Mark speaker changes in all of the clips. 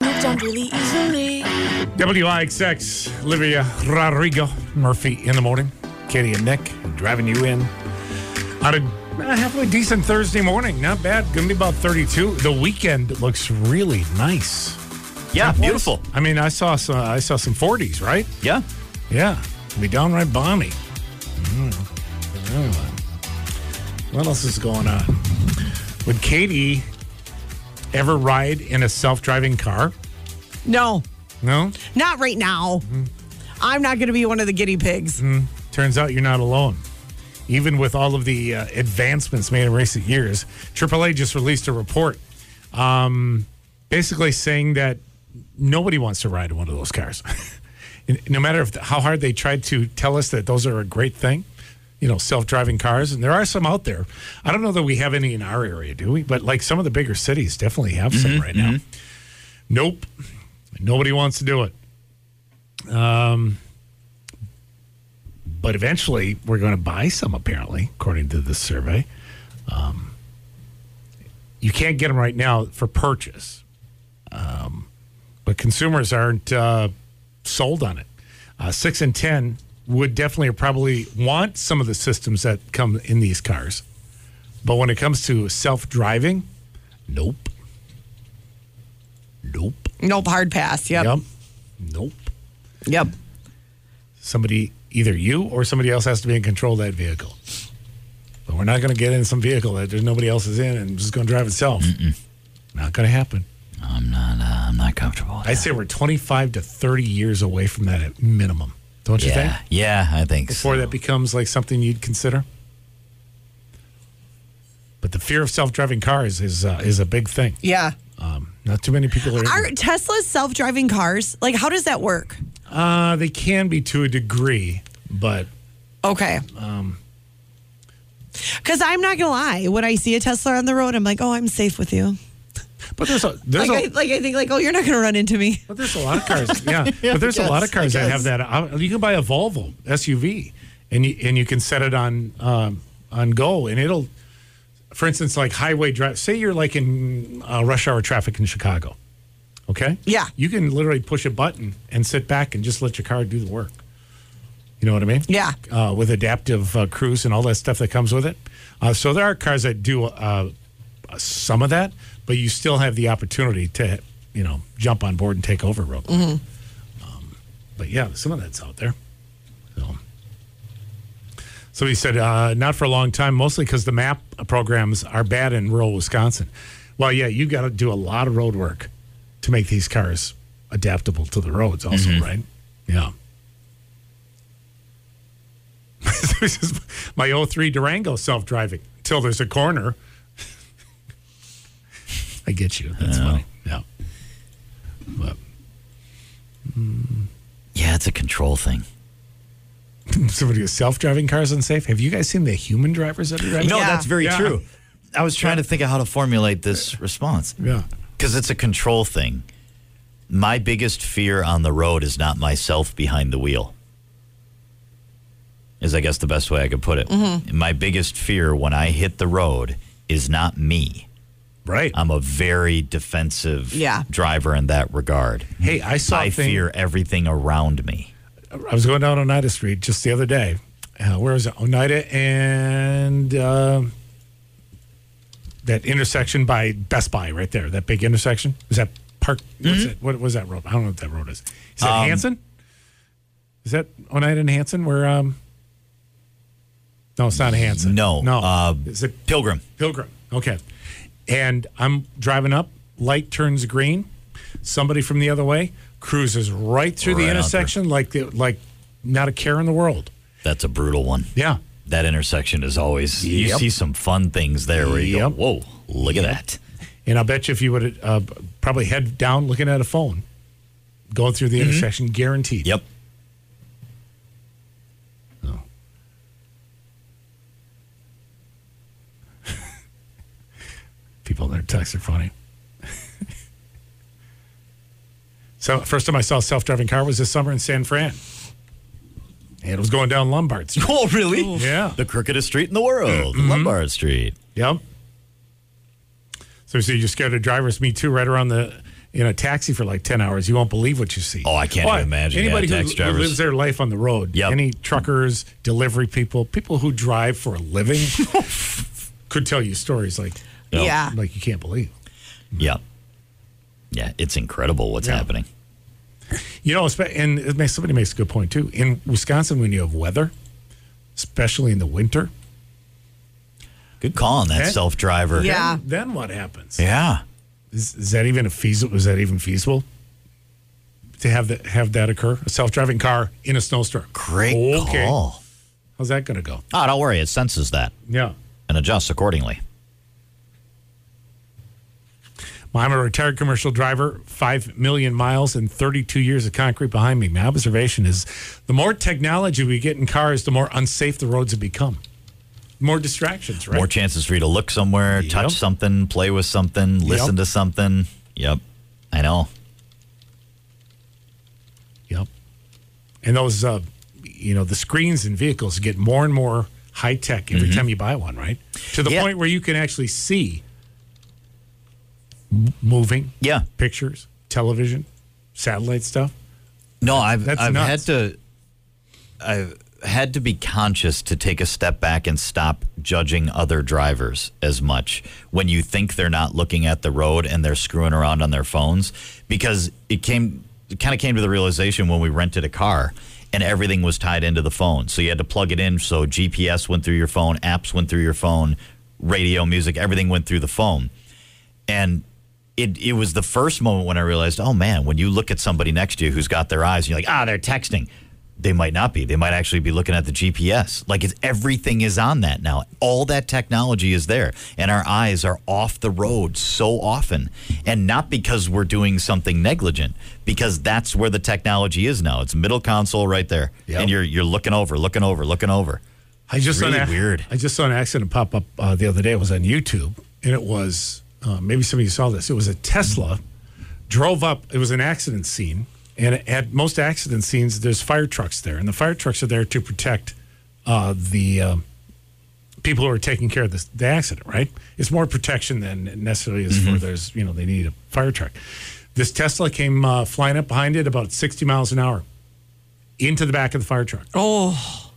Speaker 1: get down really easily.
Speaker 2: WIXX, Olivia Rodrigo, Murphy in the morning. Katie and Nick driving you in on a a halfway decent Thursday morning. Not bad. Going to be about 32. The weekend looks really nice.
Speaker 3: Yeah, beautiful.
Speaker 2: I mean, I saw some. I saw some 40s, right?
Speaker 3: Yeah.
Speaker 2: Yeah, it'll be downright balmy. Mm. Anyway. Mm-hmm. What else is going on? Would Katie ever ride in a self-driving car?
Speaker 4: No,
Speaker 2: No.
Speaker 4: not right now.
Speaker 3: Mm-hmm.
Speaker 4: I'm not going to be one of the guinea pigs.
Speaker 2: Turns out you're not alone. Even with all of the uh, advancements made in recent years, AAA just released a report um, basically saying that nobody wants to ride in one of those cars. And no matter if, how hard they tried to tell us that those are a great thing, you know, self driving cars, and there are some out there. I don't know that we have any in our area, do we? But like some of the bigger cities definitely have some right now. Nope. Nobody wants to do it. but eventually we're going to buy some apparently according to this survey um, you can't get them right now for purchase um, but consumers aren't uh, sold on it uh, six and ten would definitely or probably want some of the systems that come in these cars but when it comes to self-driving nope nope
Speaker 4: Nope, hard pass. Yep.
Speaker 2: yep
Speaker 4: Yep.
Speaker 2: nope somebody either you or somebody else has to be in control of that vehicle. But we're not going to get in some vehicle that there's nobody else is in and it's just going to drive itself. Not going to happen.
Speaker 3: I'm not. Uh, I'm not comfortable. With
Speaker 2: I
Speaker 3: that.
Speaker 2: say we're 25 to 30 years away from that at minimum. Don't you
Speaker 3: Yeah.
Speaker 2: think?
Speaker 3: Yeah, I think.
Speaker 2: Before
Speaker 3: so.
Speaker 2: that becomes like something you'd consider. But the fear of self-driving cars is uh, is a big thing.
Speaker 4: Yeah.
Speaker 2: Um, not too many people are. in
Speaker 4: Are
Speaker 2: it.
Speaker 4: Tesla's self-driving cars like? How does that work?
Speaker 2: Uh, they can be to a degree, but
Speaker 4: Okay. Um. Because I'm not gonna lie, when I see a Tesla on the road, I'm like, oh, I'm safe with you.
Speaker 2: but there's a there's
Speaker 4: Like,
Speaker 2: a,
Speaker 4: I, like I think, like, oh, you're not gonna run into me.
Speaker 2: But there's a lot of cars, yeah. But there's a lot of cars that have that. uh, You can buy a Volvo SUV, and you and you can set it on um, on go, and it'll, for instance, like highway drive. Say you're like in uh, rush hour traffic in Chicago, okay?
Speaker 4: Yeah.
Speaker 2: You can literally push a button and sit back and just let your car do the work. You know what I mean?
Speaker 4: Yeah.
Speaker 2: Uh, with adaptive uh, cruise and all that stuff that comes with it. Uh, so there are cars that do uh, some of that, but you still have the opportunity to, you know, jump on board and take over real quick. Um, but yeah, some of that's out there. So. Somebody said, uh, not for a long time, mostly because the map programs are bad in rural Wisconsin. Well, yeah, you got to do a lot of road work to make these cars adaptable to the roads, also,
Speaker 3: Mm-hmm.
Speaker 2: right? Yeah. this is my 03 Durango self driving till there's a corner. I get you. That's funny. Yeah. But
Speaker 3: Yeah, it's a control thing.
Speaker 2: somebody with self driving cars unsafe. Have you guys seen the human drivers that are driving?
Speaker 3: No,
Speaker 4: Yeah.
Speaker 3: that's very
Speaker 2: Yeah.
Speaker 3: true. I was trying to think of how to formulate this response
Speaker 2: Yeah.
Speaker 3: because it's a control thing. My biggest fear on the road is not myself behind the wheel. Is I guess the best way I could put it. My biggest fear when I hit the road is not me.
Speaker 2: Right.
Speaker 3: I'm a very defensive
Speaker 4: Yeah.
Speaker 3: driver in that regard.
Speaker 2: hey, I saw
Speaker 3: I
Speaker 2: a thing.
Speaker 3: fear everything around me.
Speaker 2: I was going down Oneida Street just the other day. Uh, where was it? Oneida and uh, that intersection by Best Buy right there. That big intersection. Is that Park? What's
Speaker 3: Mm-hmm.
Speaker 2: it? What was that road? I don't know what that road is. Is that
Speaker 3: Um,
Speaker 2: Hanson? Is that Oneida and Hanson? Where? Um, no, it's not Hanson.
Speaker 3: No,
Speaker 2: No.
Speaker 3: uh,
Speaker 2: is it
Speaker 3: Pilgrim.
Speaker 2: Pilgrim. Okay. And I'm driving up, light turns green, somebody from the other way cruises right through the
Speaker 3: Right out
Speaker 2: intersection like the, like not a care in the world.
Speaker 3: That's a brutal one.
Speaker 2: Yeah.
Speaker 3: That intersection is always, you
Speaker 2: Yep.
Speaker 3: see some fun things there where you
Speaker 2: Yep.
Speaker 3: go, whoa, look at that.
Speaker 2: And I'll bet you if you would uh, probably head down looking at a phone, going through the intersection, guaranteed.
Speaker 3: Mm-hmm. Yep.
Speaker 2: People in their texts are funny. so first time I saw a self-driving car was this summer in San Fran. And it was going down Lombard Street.
Speaker 3: Oh, really?
Speaker 2: Yeah.
Speaker 3: The crookedest street in the world,
Speaker 2: Mm-hmm.
Speaker 3: Lombard Street.
Speaker 2: Yep. So, so you're scared of drivers. Me too. Right around the in a taxi for like 10 hours, you won't believe what you see.
Speaker 3: Oh, I can't even imagine. Yeah,
Speaker 2: Anybody who-
Speaker 3: taxi
Speaker 2: who,
Speaker 3: drivers.
Speaker 2: lives their life on the road,
Speaker 3: Yep.
Speaker 2: any truckers, delivery people, people who drive for a living could tell you stories like,
Speaker 3: No.
Speaker 4: Yeah.
Speaker 2: like you can't believe.
Speaker 3: Yeah. Yeah, it's incredible what's
Speaker 2: Yeah.
Speaker 3: happening.
Speaker 2: You know, espe- and it makes, somebody makes a good point too. In Wisconsin, when you have weather, especially in the winter,
Speaker 3: Good call on that
Speaker 2: Eh?
Speaker 3: self driver.
Speaker 4: Yeah.
Speaker 2: then what happens?
Speaker 3: Yeah.
Speaker 2: Is, is that even a feasible? Is that even feasible to have that have that occur? A self driving car in a snowstorm.
Speaker 3: Great
Speaker 2: okay.
Speaker 3: call.
Speaker 2: How's that going to go?
Speaker 3: Oh, don't worry. It senses that
Speaker 2: Yeah.
Speaker 3: and adjusts accordingly.
Speaker 2: Well, I'm a retired commercial driver, 5 million miles and 32 years of concrete behind me. My observation is the more technology we get in cars, the more unsafe the roads have become. More distractions, right?
Speaker 3: More chances for you to look somewhere,
Speaker 2: Yep.
Speaker 3: touch something, play with something, listen to something. Yep. I know.
Speaker 2: Yep. And those, uh, you know, the screens in vehicles get more and more high tech every time you buy one, right? To the
Speaker 3: Yeah.
Speaker 2: point where you can actually see m- moving
Speaker 3: Yeah.
Speaker 2: pictures, television, satellite stuff.
Speaker 3: No, I've
Speaker 2: That's
Speaker 3: I've
Speaker 2: nuts.
Speaker 3: had to I've had to be conscious to take a step back and stop judging other drivers as much when you think they're not looking at the road and they're screwing around on their phones because it came it kind of came to the realization when we rented a car and everything was tied into the phone. So you had to plug it in so GPS went through your phone, apps went through your phone, radio, music, everything went through the phone and it it was the first moment when I realized, oh man, when you look at somebody next to you who's got their eyes, and you're like, ah, they're texting. They might not be. They might actually be looking at the GPS. Like it's, everything is on that now. All that technology is there, and our eyes are off the road so often, and not because we're doing something negligent, because that's where the technology is now. It's middle console right there,
Speaker 2: Yep.
Speaker 3: and you're you're looking over, looking over, looking over.
Speaker 2: I just
Speaker 3: really
Speaker 2: saw an, ac-
Speaker 3: weird.
Speaker 2: I just saw an accident pop up uh, the other day. It was on YouTube, and it was uh, maybe some of you saw this. It was a Tesla drove up. It was an accident scene, and at most accident scenes, there's fire trucks there, and the fire trucks are there to protect uh, the um, people who are taking care of this, the accident. Right? It's more protection than necessarily is
Speaker 3: Mm-hmm.
Speaker 2: for there's you know they need a fire truck. This Tesla came uh, flying up behind it about 60 miles an hour into the back of the fire truck.
Speaker 4: Oh,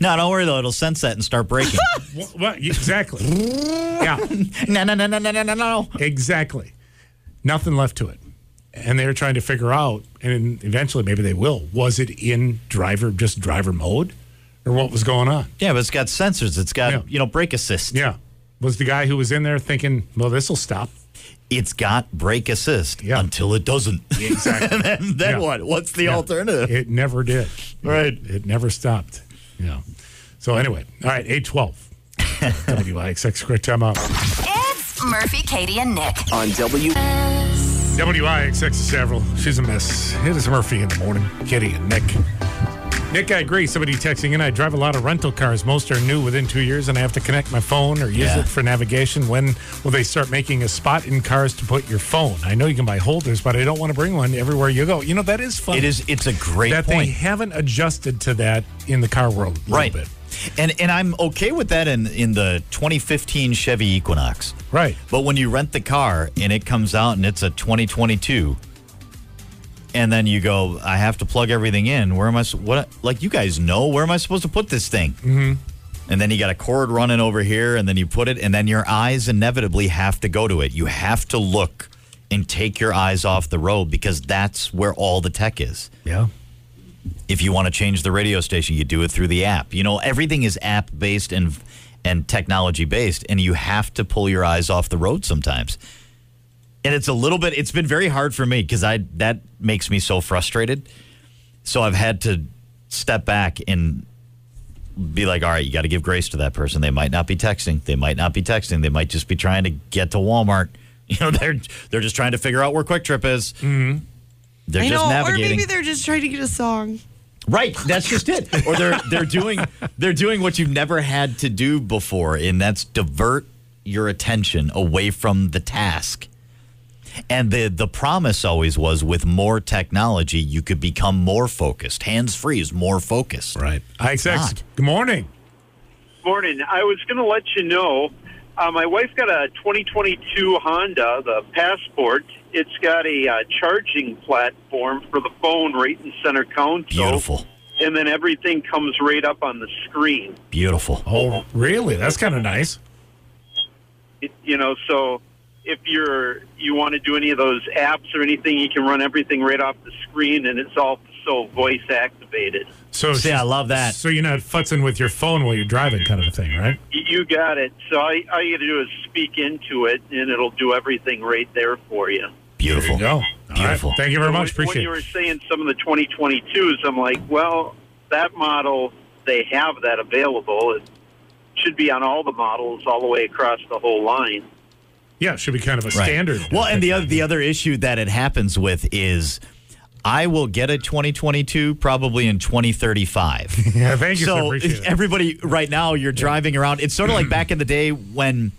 Speaker 3: No, don't worry though. It'll sense that and start breaking.
Speaker 2: Well, well, exactly. yeah.
Speaker 3: no, no, no, no, no, no, no, no.
Speaker 2: Exactly. Nothing left to it. And they're trying to figure out, and eventually maybe they will, was it in driver, just driver mode or what was going on?
Speaker 3: Yeah, but it's got sensors. It's got
Speaker 2: Yeah.
Speaker 3: you know brake assist.
Speaker 2: Yeah. Was the guy who was in there thinking, well, this will stop?
Speaker 3: It's got brake assist
Speaker 2: Yeah.
Speaker 3: until it doesn't.
Speaker 2: Exactly.
Speaker 3: and then
Speaker 2: Yeah.
Speaker 3: what? What's the
Speaker 2: Yeah.
Speaker 3: alternative?
Speaker 2: It never did.
Speaker 3: Right.
Speaker 2: It, it never stopped. Yeah. So anyway, all right, 812. WIXX, quick time out.
Speaker 1: It's Murphy, Katie, and Nick.
Speaker 5: on W.
Speaker 2: WIXX is several. She's a mess. It is Murphy in the morning. Kitty and Nick. Nick, I agree. Somebody texting in. I drive a lot of rental cars. Most are new within two years, and I have to connect my phone or use
Speaker 3: Yeah.
Speaker 2: it for navigation. When will they start making a spot in cars to put your phone? I know you can buy holders, but I don't want to bring one everywhere you go. You know that is fun.
Speaker 3: It is. It's a great
Speaker 2: that they
Speaker 3: point.
Speaker 2: haven't adjusted to that in the car world. A
Speaker 3: Right.
Speaker 2: Little bit.
Speaker 3: And and I'm okay with that in in the 2015 Chevy Equinox.
Speaker 2: Right.
Speaker 3: But when you rent the car and it comes out and it's a 2022, and then you go, I have to plug everything in. Where am I? s- What? Like you guys know where am I supposed to put this thing? Mm-hmm. And then you got a cord running over here, and then you put it, and then your eyes inevitably have to go to it. You have to look and take your eyes off the road because that's where all the tech is
Speaker 2: Yeah.
Speaker 3: if you want to change the radio station, you do it through the app. You know, everything is app based and and technology based, and you have to pull your eyes off the road sometimes. And it's a little bit. It's been very hard for me because I that makes me so frustrated. So I've had to step back and be like, all right, you got to give grace to that person. They might not be texting. They might not be texting. They might just be trying to get to Walmart. You know, they're they're just trying to figure out where Quick Trip is. They're
Speaker 4: Mm-hmm. I
Speaker 3: just
Speaker 4: know.
Speaker 3: navigating.
Speaker 4: Or maybe they're just trying to get a song.
Speaker 3: Right, that's just it. Or they're they're doing they're doing what you've never had to do before, and that's divert your attention away from the task. And the the promise always was with more technology, you could become more focused. Hands free is more focused.
Speaker 2: Right.
Speaker 3: not.
Speaker 2: IXX. Good morning.
Speaker 6: Morning. I was going to let you know
Speaker 5: Uh, my wife's got a 2022 Honda, the Passport. It's got a uh, charging platform for the phone right in center console.
Speaker 3: Beautiful.
Speaker 5: And then everything comes right up on the screen.
Speaker 3: Beautiful.
Speaker 2: Oh, really? That's kind of nice.
Speaker 5: It, you know, so if you're you want to do any of those apps or anything, you can run everything right off the screen, and it's all so voice activated.
Speaker 2: So
Speaker 3: See, I love that.
Speaker 2: So you're not futzing with your phone while you're driving, kind of a thing, right?
Speaker 5: You you got it. So all you, all you got to do is speak into it, and it'll do everything right there for you.
Speaker 2: There
Speaker 3: Beautiful.
Speaker 2: you go. All right.
Speaker 3: Beautiful.
Speaker 2: Thank you very
Speaker 5: So
Speaker 2: much.
Speaker 5: when-
Speaker 2: Appreciate
Speaker 5: When you
Speaker 2: it.
Speaker 5: were saying some of the 2022s, I'm like, well, that model, they have that available. It should be on all the models all the way across the whole line.
Speaker 2: Yeah, it should be kind of a
Speaker 3: Right.
Speaker 2: standard.
Speaker 3: Well, and the other the other issue that it happens with is I will get a 2022 probably in 2035.
Speaker 2: Yeah, thank you.
Speaker 3: so
Speaker 2: I appreciate it.
Speaker 3: everybody right now you're driving around. It's sort of like back in the day when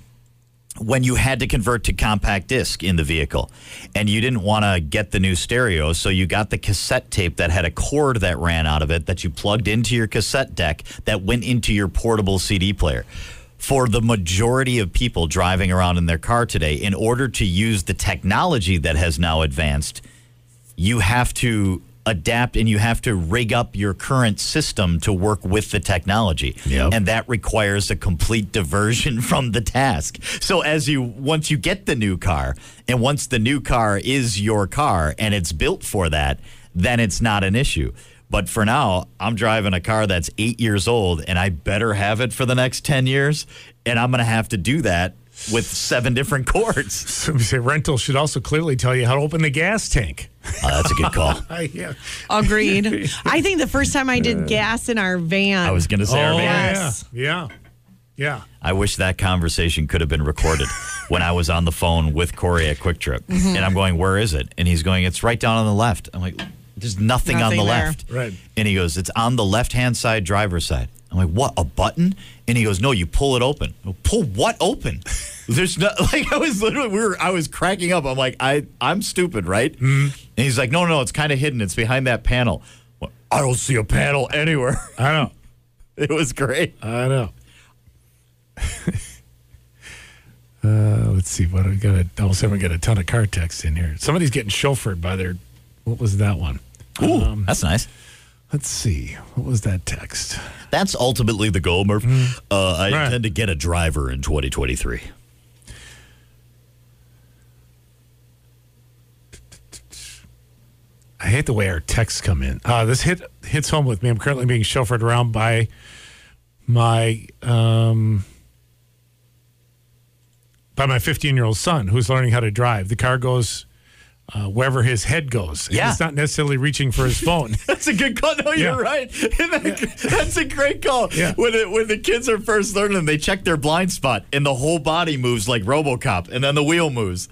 Speaker 3: when you had to convert to compact disc in the vehicle and you didn't want to get the new stereo so you got the cassette tape that had a cord that ran out of it that you plugged into your cassette deck that went into your portable CD player for the majority of people driving around in their car today in order to use the technology that has now advanced you have to adapt and you have to rig up your current system to work with the technology
Speaker 2: Yep.
Speaker 3: and that requires a complete diversion from the task so as you once you get the new car and once the new car is your car and it's built for that then it's not an issue but for now i'm driving a car that's 8 years old and i better have it for the next 10 years and i'm going to have to do that with seven different cords
Speaker 2: Somebody say rental should also clearly tell you how to open the gas tank.
Speaker 3: oh, that's a good call
Speaker 2: I, yeah.
Speaker 4: Agreed. I think the first time I did gas in our van,
Speaker 3: i was going to say
Speaker 2: oh,
Speaker 3: our man.
Speaker 4: Yes.
Speaker 2: yeah. Yeah.
Speaker 3: I wish that conversation could have been recorded when I was on the phone with Corey at Quick Trip.
Speaker 4: Mm-hmm.
Speaker 3: And I'm going, Where is it? And he's going, It's right down on the left. I'm like, There's nothing, on
Speaker 4: Nothing
Speaker 3: the
Speaker 4: there.
Speaker 3: left.
Speaker 2: Right.
Speaker 3: And he goes, It's on the left hand side, driver's side. I'm like, What, a button? And he goes, No, you pull it open. I go, pull what open? There's no like I was literally we were I was cracking up. I'm like, I I'm stupid, right? And he's like, No, no, it's kind of hidden. It's behind that panel. I'm like, I don't see a panel anywhere.
Speaker 2: I know.
Speaker 3: it was great.
Speaker 2: I know. uh, let's see what I got. A, all of a sudden, we got a ton of car texts in here. Somebody's getting chauffeured by their. What was that one?
Speaker 3: Ooh, that's nice.
Speaker 2: Let's see. What was that text?
Speaker 3: That's ultimately the goal, Murph. Uh, I
Speaker 2: Right.
Speaker 3: intend to get a driver in 2023.
Speaker 2: I hate the way our texts come in. Uh, this hit hits home with me. I'm currently being chauffeured around by my um, by my 15 year old son who's learning how to drive. The car goes uh, wherever his head goes. And
Speaker 3: Yeah.
Speaker 2: it's not necessarily reaching for his phone.
Speaker 3: That's a good call. No, you're
Speaker 2: Yeah.
Speaker 3: right. That's a great call.
Speaker 2: Yeah.
Speaker 3: When it, when the kids are first learning, they check their blind spot, and the whole body moves like RoboCop, and then the wheel moves.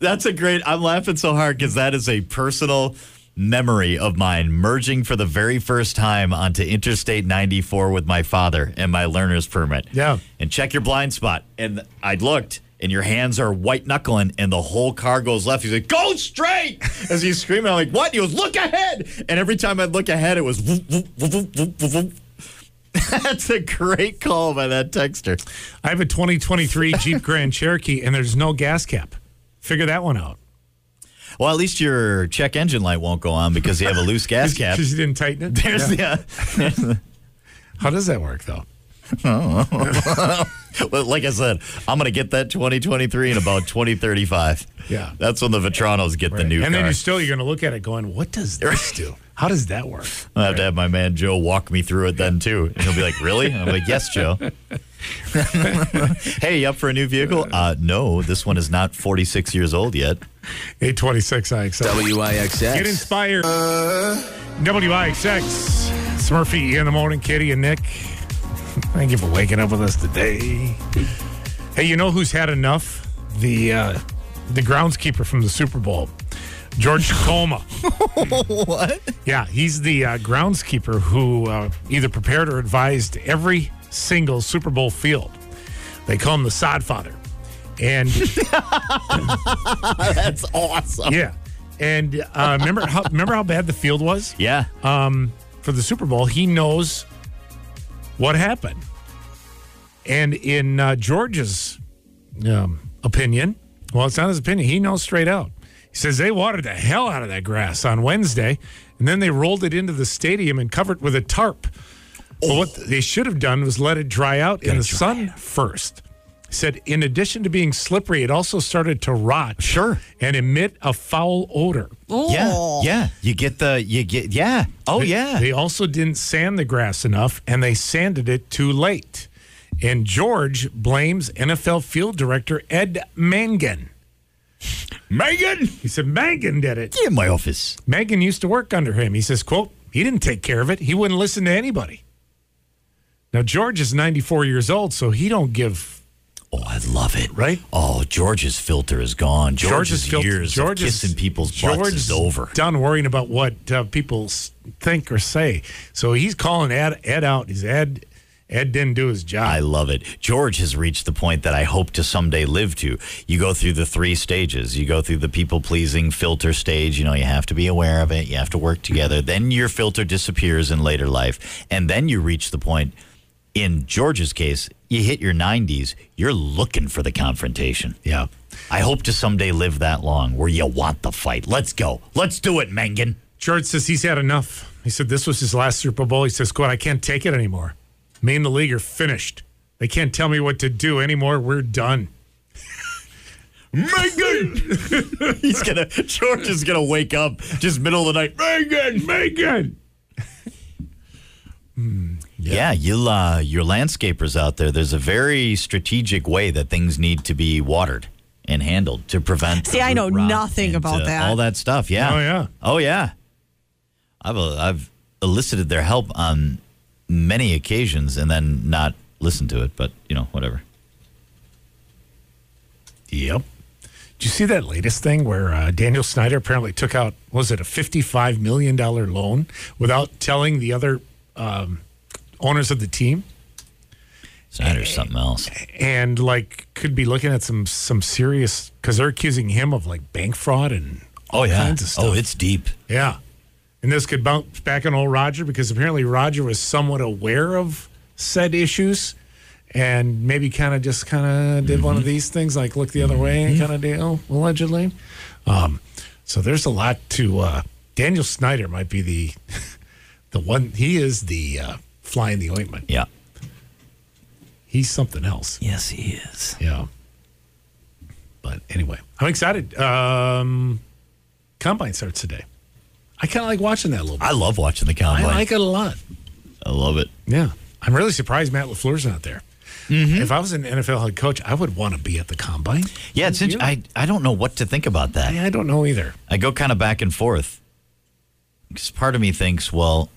Speaker 3: That's a great. I'm laughing so hard because that is a personal memory of mine merging for the very first time onto Interstate 94 with my father and my learner's permit.
Speaker 2: Yeah.
Speaker 3: and check your blind spot. And I looked, and your hands are white knuckling, and the whole car goes left. He's like, "Go straight!" As he's screaming, I'm like, "What?" He goes, "Look ahead!" And every time I'd look ahead, it was. Whoop, whoop, whoop, whoop, whoop, whoop, whoop. That's a great call by that texter.
Speaker 2: I have a 2023 Jeep Grand Cherokee and there's no gas cap. Figure that one out.
Speaker 3: Well, at least your check engine light won't go on because you have a loose gas cap.
Speaker 2: Because you didn't tighten it.
Speaker 3: There's
Speaker 2: Yeah.
Speaker 3: the.
Speaker 2: How does that work though?
Speaker 3: uh, Well, like I said, I'm going to get that 2023 in about 2035.
Speaker 2: Yeah.
Speaker 3: That's when the Vetranos get the new
Speaker 2: and
Speaker 3: car.
Speaker 2: then you still you're gonna look at it going, what does this do? How does that work?
Speaker 3: I'll have to have my man Joe walk me through it then too. And he'll be like, "Really?" And I'm like, "Yes, Joe." hey, you up for a new vehicle? Uh, no, this one is not 46 years old yet.
Speaker 2: 826 I accept. Get
Speaker 6: WIXX.
Speaker 2: inspired. WIXX. Smurfy in the morning, Kitty and Nick. Thank you for waking up with us today. Hey, you know who's had enough? The uh, the groundskeeper from the Super Bowl, George Tacoma.
Speaker 3: What?
Speaker 2: Yeah, he's the uh, groundskeeper who uh, either prepared or advised every single Super Bowl field. They call him the sod father. And
Speaker 3: That's awesome.
Speaker 2: yeah, and uh, remember how remember how bad the field was?
Speaker 3: Yeah.
Speaker 2: for the Super Bowl, he knows what happened. And in uh, Georgia's um, opinion. Well, it's not his opinion. He knows straight out. He says they watered the hell out of that grass on Wednesday, and then they rolled it into the stadium and covered it with a tarp. Well, what they should have done was let it dry out in the sun first. He said, in addition to being slippery, it also started to rot.
Speaker 3: Sure.
Speaker 2: And emit a foul odor.
Speaker 3: Yeah, yeah. You get the you get yeah. Oh
Speaker 2: They-
Speaker 3: yeah.
Speaker 2: They also didn't sand the grass enough and they sanded it too late. And George blames NFL field director Ed Mangan.
Speaker 3: Megan,
Speaker 2: He said Mangan did it.
Speaker 3: get in my office.
Speaker 2: Mangan used to work under him. He says, quote, he didn't take care of it. He wouldn't listen to anybody. Now George is 94 years old, so he don't give
Speaker 3: Oh, I love it.
Speaker 2: Right?
Speaker 3: Oh, George's filter is gone. George's,
Speaker 2: George's filter-
Speaker 3: years
Speaker 2: George's-
Speaker 3: of kissing people's butts
Speaker 2: George's
Speaker 3: is over.
Speaker 2: Done worrying about what uh, people s- think or say. So he's calling Ed, Ed out. He's Ed. Ed didn't do his job.
Speaker 3: I love it. George has reached the point that I hope to someday live to. You go through the three stages. You go through the people pleasing filter stage. You know, you have to be aware of it. You have to work together. Then your filter disappears in later life. And then you reach the point, in George's case, you hit your 90s. You're looking for the confrontation.
Speaker 2: yeah.
Speaker 3: I hope to someday live that long where you want the fight. Let's go. Let's do it, Mengen.
Speaker 2: George says he's had enough. He said this was his last Super Bowl. He says, quote, I can't take it anymore. Me and the league are finished. They can't tell me what to do anymore. We're done.
Speaker 3: Megan. He's gonna. George is gonna wake up just middle of the night. Megan, Megan. Yeah, you'll uh, your landscapers out there. There's a very strategic way that things need to be watered and handled to prevent.
Speaker 4: See, I know
Speaker 3: root rot
Speaker 4: nothing
Speaker 3: and,
Speaker 4: about
Speaker 3: uh,
Speaker 4: that.
Speaker 3: All that stuff. Yeah.
Speaker 2: Oh, yeah.
Speaker 3: Oh yeah. I've uh, I've elicited their help on many occasions and then not listened to it. But you know, whatever.
Speaker 2: Yep. Did you see that latest thing where uh, Daniel Snyder apparently took out, what was it a $55 million loan without telling the other um, owners of the team?
Speaker 3: Snyder's something else.
Speaker 2: and like could be looking at some some serious because they're accusing him of like bank fraud and all
Speaker 3: Oh yeah.
Speaker 2: kinds of stuff.
Speaker 3: Oh, it's deep.
Speaker 2: yeah, and this could bounce back on old Roger because apparently Roger was somewhat aware of said issues and maybe kind of just kind of did one of these things like look the other way and kind of deal allegedly. Um, so there's a lot to uh, Daniel Snyder might be the the one he is the uh, fly in the ointment.
Speaker 3: Yeah.
Speaker 2: He's something else.
Speaker 3: Yes, he is.
Speaker 2: Yeah. But anyway, I'm excited. Um, combine starts today. I kind of like watching that a little bit.
Speaker 3: I love watching the
Speaker 2: I
Speaker 3: combine.
Speaker 2: like it a lot.
Speaker 3: I love it.
Speaker 2: Yeah. I'm really surprised Matt LaFleur's not there.
Speaker 3: Mm-hmm.
Speaker 2: If I was an NFL head coach, I would want to be at the combine.
Speaker 3: Yeah, it's. Int- I I don't know what to think about that.
Speaker 2: I, I don't know either.
Speaker 3: I go kind of back and forth. Because part of me thinks, well,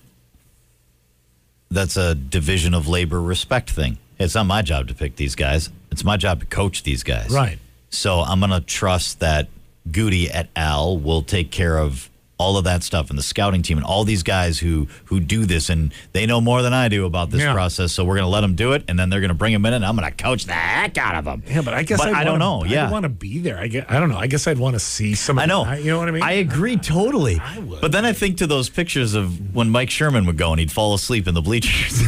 Speaker 3: that's a division of labor respect thing. It's not my job to pick these guys. It's my job to coach these guys.
Speaker 2: Right.
Speaker 3: So I'm going to trust that Goody et al. will take care of all of that stuff and the scouting team and all these guys who who do this and they know more than I do about this
Speaker 2: Yeah.
Speaker 3: process. So we're going to let them do it and then they're going to bring them in and I'm going to coach the heck out of them.
Speaker 2: Yeah, but I guess
Speaker 3: But
Speaker 2: I'd
Speaker 3: I do not know.
Speaker 2: wanna-
Speaker 3: yeah.
Speaker 2: I'd want to be there. I, guess, I don't know. I guess I'd want to see some. of
Speaker 3: I know.
Speaker 2: the- you know what I mean?
Speaker 3: I agree totally.
Speaker 2: I would.
Speaker 3: But then I think to those pictures of when Mike Sherman would go and he'd fall asleep in the bleachers.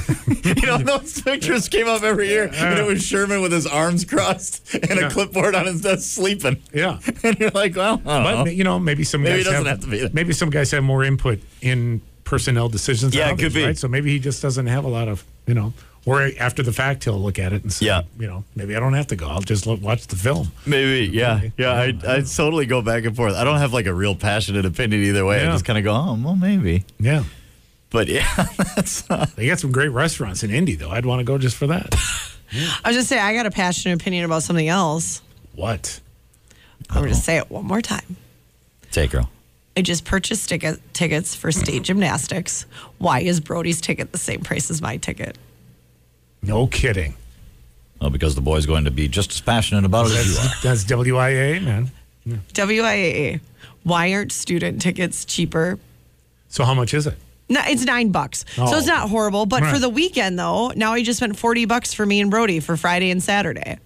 Speaker 3: you know, those pictures came up every year, and it was Sherman with his arms crossed and
Speaker 2: Yeah.
Speaker 3: a clipboard on his desk sleeping.
Speaker 2: Yeah.
Speaker 3: And you're like, well, I don't know.
Speaker 2: But you know, maybe some
Speaker 3: Uh-huh. Maybe it
Speaker 2: guys
Speaker 3: doesn't have to be there.
Speaker 2: Maybe some guys have more input in personnel decisions. than
Speaker 3: Yeah, it
Speaker 2: others,
Speaker 3: could be.
Speaker 2: Right? So maybe he just doesn't have a lot of you know. Or after the fact, he'll look at it and say,
Speaker 3: Yeah.
Speaker 2: you know, maybe I don't have to go. I'll just look, watch the film.
Speaker 3: Maybe, yeah,
Speaker 2: Okay.
Speaker 3: yeah. I, I totally go back and forth. I don't have like a real passionate opinion either way.
Speaker 2: Yeah.
Speaker 3: I just kind of go, oh, well, maybe.
Speaker 2: Yeah,
Speaker 3: But yeah, that's
Speaker 2: they got some great restaurants in Indy, though. I'd want to go just for that.
Speaker 4: I was just saying, I got a passionate opinion about something else.
Speaker 2: what?
Speaker 4: I'm going to say it one more time.
Speaker 3: take her.
Speaker 4: I just purchased ticket, tickets for state gymnastics. Why is Brody's ticket the same price as my ticket?
Speaker 2: No kidding.
Speaker 3: Well, because the boy's going to be just as passionate about it as you are.
Speaker 2: That's, that's WIA, man.
Speaker 4: WIAA. Why aren't student tickets cheaper?
Speaker 2: So how much is it?
Speaker 4: No, it's nine bucks. So
Speaker 2: Oh.
Speaker 4: it's not horrible. But for
Speaker 2: Right.
Speaker 4: the weekend, though, now I just spent 40 bucks for me and Brody for Friday and Saturday.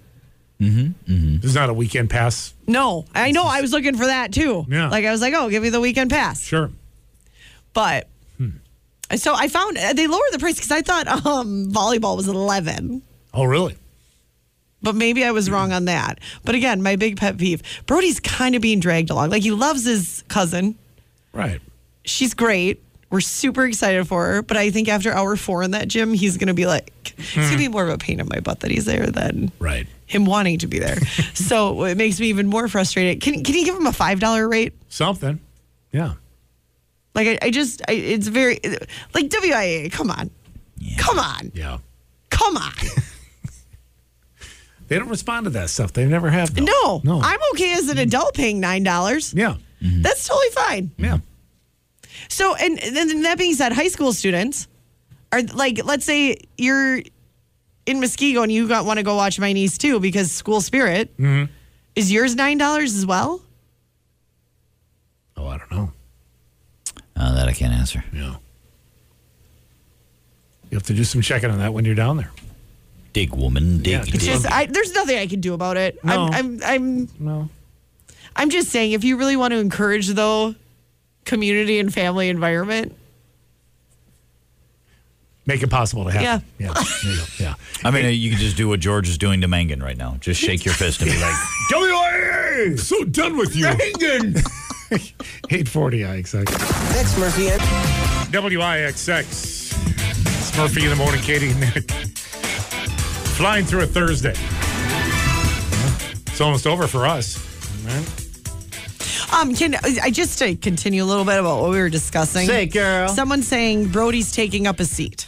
Speaker 3: Hmm.
Speaker 2: There's not a weekend pass.
Speaker 4: No, I know. I was looking for that too.
Speaker 2: Yeah.
Speaker 4: Like I was like, oh, give me the weekend pass.
Speaker 2: Sure. Hmm.
Speaker 4: But so I found uh, they lowered the price because I thought um, volleyball was 11.
Speaker 2: Oh, really?
Speaker 4: But maybe I was wrong on that. But again, my big pet peeve Brody's kind of being dragged along. Like he loves his cousin.
Speaker 2: Right.
Speaker 4: She's great. We're super excited for her. But I think after hour four in that gym, he's going to be like, it's going to be more of a pain in my butt that he's there than
Speaker 2: Hmm. Right.
Speaker 4: him wanting to be there. so it makes me even more frustrated. Can, can you give him a $5 rate?
Speaker 2: Something. Yeah.
Speaker 4: Like, I, I just, I, it's very, like, WIA, come on. Come on.
Speaker 2: Yeah.
Speaker 4: Come on.
Speaker 2: They don't respond to that stuff. They never have. though.
Speaker 4: No,
Speaker 2: No. Mm-hmm.
Speaker 4: I'm okay as an adult paying $9.
Speaker 2: yeah.
Speaker 4: That's totally fine.
Speaker 2: Yeah.
Speaker 4: So, and and then that being said, high school students are like, let's say you're in Muskego and you got, want to go watch my niece too because school spirit
Speaker 3: Mm-hmm.
Speaker 4: is yours nine dollars as well.
Speaker 2: Oh, I don't know.
Speaker 3: Uh, that I can't answer.
Speaker 2: Yeah. You have to do some checking on that when you're down there.
Speaker 3: Dig woman, dig,
Speaker 2: Yeah,
Speaker 3: dig.
Speaker 4: It's just, I, there's nothing I can do about it.
Speaker 2: No.
Speaker 4: I'm, I'm, I'm,
Speaker 2: No.
Speaker 4: I'm just saying, if you really want to encourage though, community and family environment,
Speaker 2: Make it possible to happen. Yeah. Yeah. There you go. yeah.
Speaker 3: I mean, uh, you can just do what George is doing to Mangan right now. Just shake your fist and be like,
Speaker 2: WIA! So done with you. 840 IXX.
Speaker 6: Thanks, Murphy. And-
Speaker 2: WIXX. It's Murphy in the morning, Katie and Nick. Flying through a Thursday. It's almost over for us. Right?
Speaker 4: Um, can I just to continue a little bit about what we were discussing?
Speaker 3: Say, girl.
Speaker 4: Someone saying Brody's taking up a seat.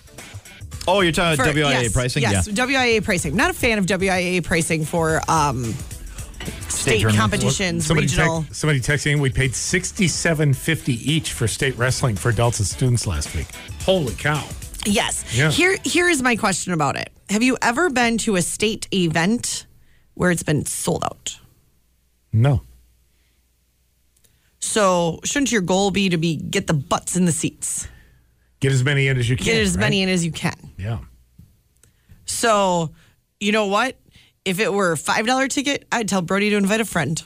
Speaker 3: "Oh, you're talking
Speaker 4: For-
Speaker 3: about WIA
Speaker 4: yes,
Speaker 3: pricing?
Speaker 4: Yes,
Speaker 3: yeah,
Speaker 4: WIA pricing. Not a fan of WIA pricing for um, state
Speaker 3: tournaments.
Speaker 4: competitions,
Speaker 2: somebody
Speaker 4: regional.
Speaker 2: tex- somebody texting, we paid sixty-seven fifty each for state wrestling for adults and students last week. Holy cow!
Speaker 4: yes.
Speaker 2: Yeah.
Speaker 4: Here, here is my question about it. Have you ever been to a state event where it's been sold out?
Speaker 2: No,
Speaker 4: So shouldn't your goal be to be get the butts in the seats,
Speaker 2: get as many in as you can.
Speaker 4: get as
Speaker 2: right?
Speaker 4: many in as you can?
Speaker 2: Yeah,
Speaker 4: So, you know what? If it were a five dollar ticket, I'd tell Brody to invite a friend.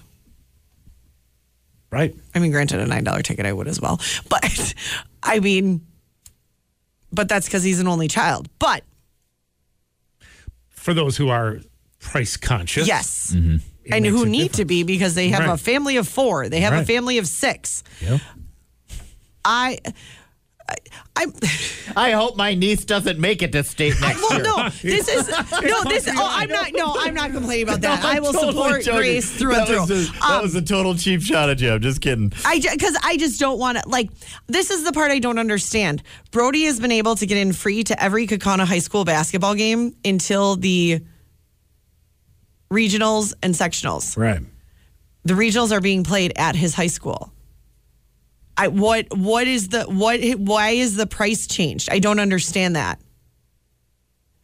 Speaker 2: right.
Speaker 4: I mean, granted, a nine dollar ticket I would as well, but I mean, but that's because he's an only child. But
Speaker 2: For those who are price conscious,
Speaker 4: yes,
Speaker 2: Mm-hmm. it
Speaker 4: and
Speaker 2: makes
Speaker 4: who
Speaker 2: a
Speaker 4: need to
Speaker 2: difference.
Speaker 4: be because they have a
Speaker 2: Right.
Speaker 4: family of four, they have a
Speaker 2: Right.
Speaker 4: family of six.
Speaker 2: Yeah.
Speaker 4: I, I, I
Speaker 3: I hope my niece doesn't make it to state next
Speaker 4: well, no, this is no, this. Oh, I'm not. No, I'm not complaining about that. I will support Grace through and through. Um,
Speaker 3: a total cheap shot at you. I'm just kidding.
Speaker 4: I because I just don't want to like this is the part I don't understand. Brody has been able to get in free to every Kakana High School basketball game until the regionals and sectionals.
Speaker 2: Right.
Speaker 4: The regionals are being played at his high school. I what what is the what why is the price changed? I don't understand that.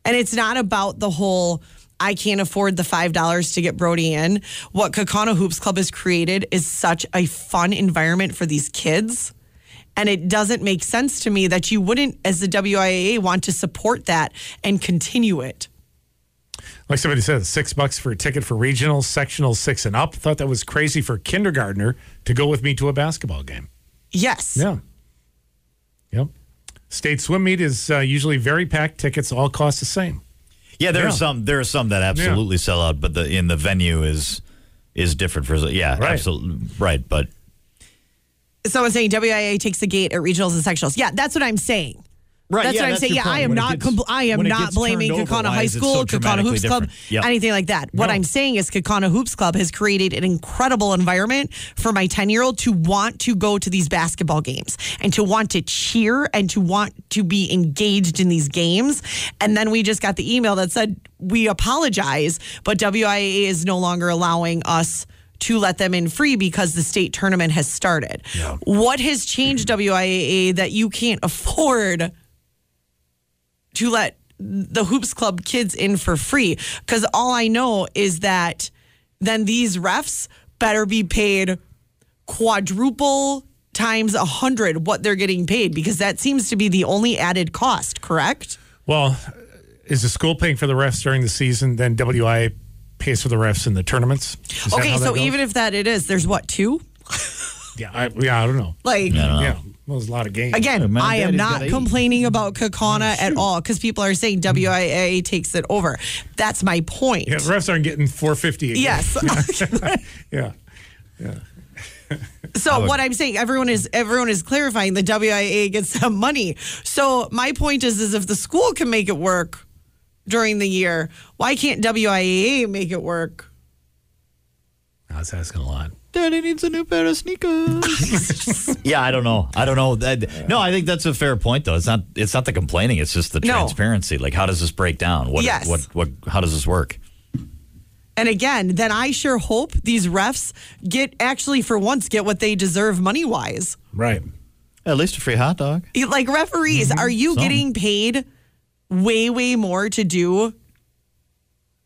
Speaker 4: And it's not about the whole I can't afford the $5 to get Brody in. What Kakana Hoops Club has created is such a fun environment for these kids. And it doesn't make sense to me that you wouldn't, as the WIAA, want to support that and continue it.
Speaker 2: Like somebody said, six bucks for a ticket for regional, sectional, six and up. Thought that was crazy for a kindergartner to go with me to a basketball game.
Speaker 4: Yes.
Speaker 2: Yeah. Yep. State swim meet is uh, usually very packed. Tickets all cost the same.
Speaker 3: Yeah, there
Speaker 2: Yeah.
Speaker 3: are some. There are some that absolutely sell out, but the in the venue is is different for. Yeah,
Speaker 2: Right.
Speaker 3: absolutely right. But
Speaker 4: Someone saying WIAA takes the gate at regionals and sectionals. Yeah, that's what I'm saying.
Speaker 3: Right,
Speaker 4: That's
Speaker 3: yeah,
Speaker 4: what I'm
Speaker 3: that's
Speaker 4: saying.
Speaker 3: your
Speaker 4: Yeah,
Speaker 3: point.
Speaker 4: I am
Speaker 3: When it
Speaker 4: not.
Speaker 3: gets-
Speaker 4: Compl- I am
Speaker 3: when it
Speaker 4: not
Speaker 3: gets
Speaker 4: blaming
Speaker 3: turned over,
Speaker 4: Kakana
Speaker 3: why
Speaker 4: High
Speaker 3: is it
Speaker 4: School,
Speaker 3: so
Speaker 4: Kakana Hoops
Speaker 3: dramatically
Speaker 4: Club,
Speaker 3: different? Yep.
Speaker 4: anything like that. What
Speaker 2: No.
Speaker 4: I'm saying is Kakana Hoops Club has created an incredible environment for my 10 year old to want to go to these basketball games and to want to cheer and to want to be engaged in these games. And then we just got the email that said we apologize, but WIAA is no longer allowing us. To let them in free because the state tournament has started. What has changed WIAA that you can't afford to let the hoops club kids in for free because all i know is that then these refs better be paid quadruple times a hundred what they're getting paid because that seems to be the only added cost correct
Speaker 2: Well, is the school paying for the refs during the season? Then WIA pays for the refs in the tournaments. Is that
Speaker 4: okay
Speaker 2: how that
Speaker 4: so
Speaker 2: goes?
Speaker 4: even if that it is there's what two
Speaker 2: yeah, I, yeah, I don't know.
Speaker 4: like
Speaker 2: Yeah, Well, there's a lot of games.
Speaker 3: Yeah,
Speaker 4: Again,
Speaker 3: man,
Speaker 4: I am
Speaker 3: daddy's
Speaker 4: not
Speaker 3: gotta eat.
Speaker 4: complaining about Kakana at all because people are saying WIA takes it over. That's my point.
Speaker 2: Yeah, the refs aren't getting 450 again.
Speaker 4: Yes.
Speaker 2: Yeah.
Speaker 4: So what I'm saying, everyone is everyone is clarifying the WIA gets some money. So my point is, is if the school can make it work during the year, why can't WIA make it work?
Speaker 2: I was asking a lot.
Speaker 3: Daddy needs a new pair of sneakers. yeah, I don't know. I don't know. That, no, I think that's a fair point though. It's not. It's not the complaining. It's just the
Speaker 4: No.
Speaker 3: transparency. Like, how does this break down? What,
Speaker 4: Yes.
Speaker 3: What? What? How does this work?
Speaker 4: And again, then I sure hope these refs get actually for once get what they deserve money wise.
Speaker 2: Right.
Speaker 3: At least a free hot dog.
Speaker 4: Like referees, are you
Speaker 3: Mm-hmm. Some.
Speaker 4: getting paid way way more to do?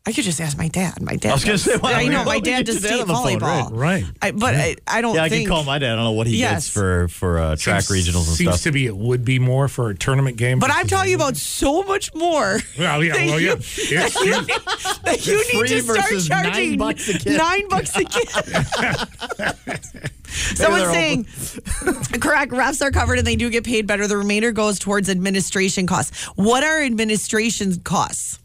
Speaker 4: I could just ask my dad. My dad.
Speaker 3: was gonna
Speaker 4: does-
Speaker 3: say, why
Speaker 4: I
Speaker 3: don't
Speaker 4: know
Speaker 3: we-
Speaker 4: my
Speaker 3: we
Speaker 4: dad
Speaker 3: get
Speaker 4: does
Speaker 3: your dad
Speaker 4: state
Speaker 3: on the phone, right,
Speaker 4: volleyball.
Speaker 2: right.
Speaker 4: I, but I, I don't.
Speaker 3: Yeah, I
Speaker 4: think,
Speaker 3: can call my dad. I don't know what he
Speaker 4: Oh, Yes.
Speaker 3: gets for for uh, track
Speaker 2: Seems-
Speaker 3: regionals and
Speaker 2: seems
Speaker 3: stuff.
Speaker 2: to be it would be more for a tournament game.
Speaker 4: But I'm
Speaker 2: versus-
Speaker 4: talking about so much more.
Speaker 2: Well, yeah,
Speaker 4: that
Speaker 2: well, yeah.
Speaker 4: you-
Speaker 2: Yes, you-
Speaker 4: That you need
Speaker 3: Free
Speaker 4: to start
Speaker 3: versus
Speaker 4: charging
Speaker 3: nine bucks a kid.
Speaker 4: nine bucks a kid. Someone's
Speaker 3: all-
Speaker 4: saying, correct, refs are covered and they do get paid better. The remainder goes towards administration costs. What are administration costs?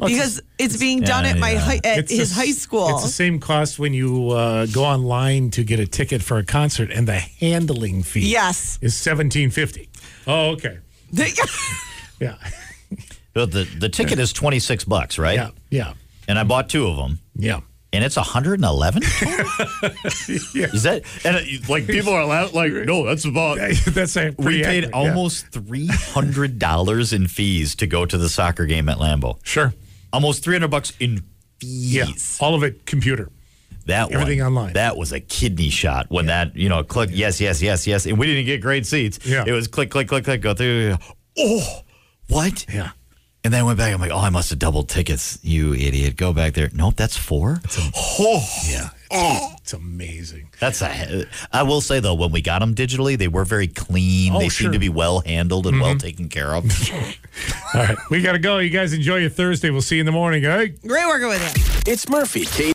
Speaker 4: because it's, being done
Speaker 3: yeah,
Speaker 4: at my
Speaker 3: yeah.
Speaker 4: hi- at
Speaker 2: it's
Speaker 4: his
Speaker 2: the-
Speaker 4: high school.
Speaker 2: It's the same cost when you uh, go online to get a ticket for a concert, and the handling fee
Speaker 4: Yes.
Speaker 2: is seventeen fifty. Oh, okay. Yeah,
Speaker 3: Well, the the ticket is twenty six bucks, right?
Speaker 2: yeah, yeah,
Speaker 3: And I bought two of them.
Speaker 2: yeah.
Speaker 3: and it's 111 is that and uh, like people are allowed like no that's about
Speaker 2: That's a
Speaker 3: we
Speaker 2: pretty
Speaker 3: paid
Speaker 2: accurate, yeah.
Speaker 3: almost $300 in fees to go to the soccer game at lambeau
Speaker 2: sure.
Speaker 3: almost 300 bucks in
Speaker 2: Yeah,
Speaker 3: fees
Speaker 2: all of it computer.
Speaker 3: that
Speaker 2: Everything
Speaker 3: one,
Speaker 2: online.
Speaker 3: that was a kidney shot when that you know click yes yes yes yes and we didn't get great seats
Speaker 2: Yeah.
Speaker 3: it was click click click click go through oh what
Speaker 2: Yeah.
Speaker 3: and then I went back. I'm like, oh, I must have doubled tickets. You idiot. Go back there. Nope, that's four. oh,
Speaker 2: Yeah, it's, it's amazing.
Speaker 3: That's a. I will say though, when we got them digitally, they were very clean.
Speaker 2: Oh,
Speaker 3: they
Speaker 2: sure. Mm-hmm.
Speaker 3: seemed to be well handled and well taken care of.
Speaker 2: All right, we gotta go. You guys enjoy your Thursday. We'll see you in the morning. All right.
Speaker 4: Great working with him.
Speaker 6: It's Murphy, Katie.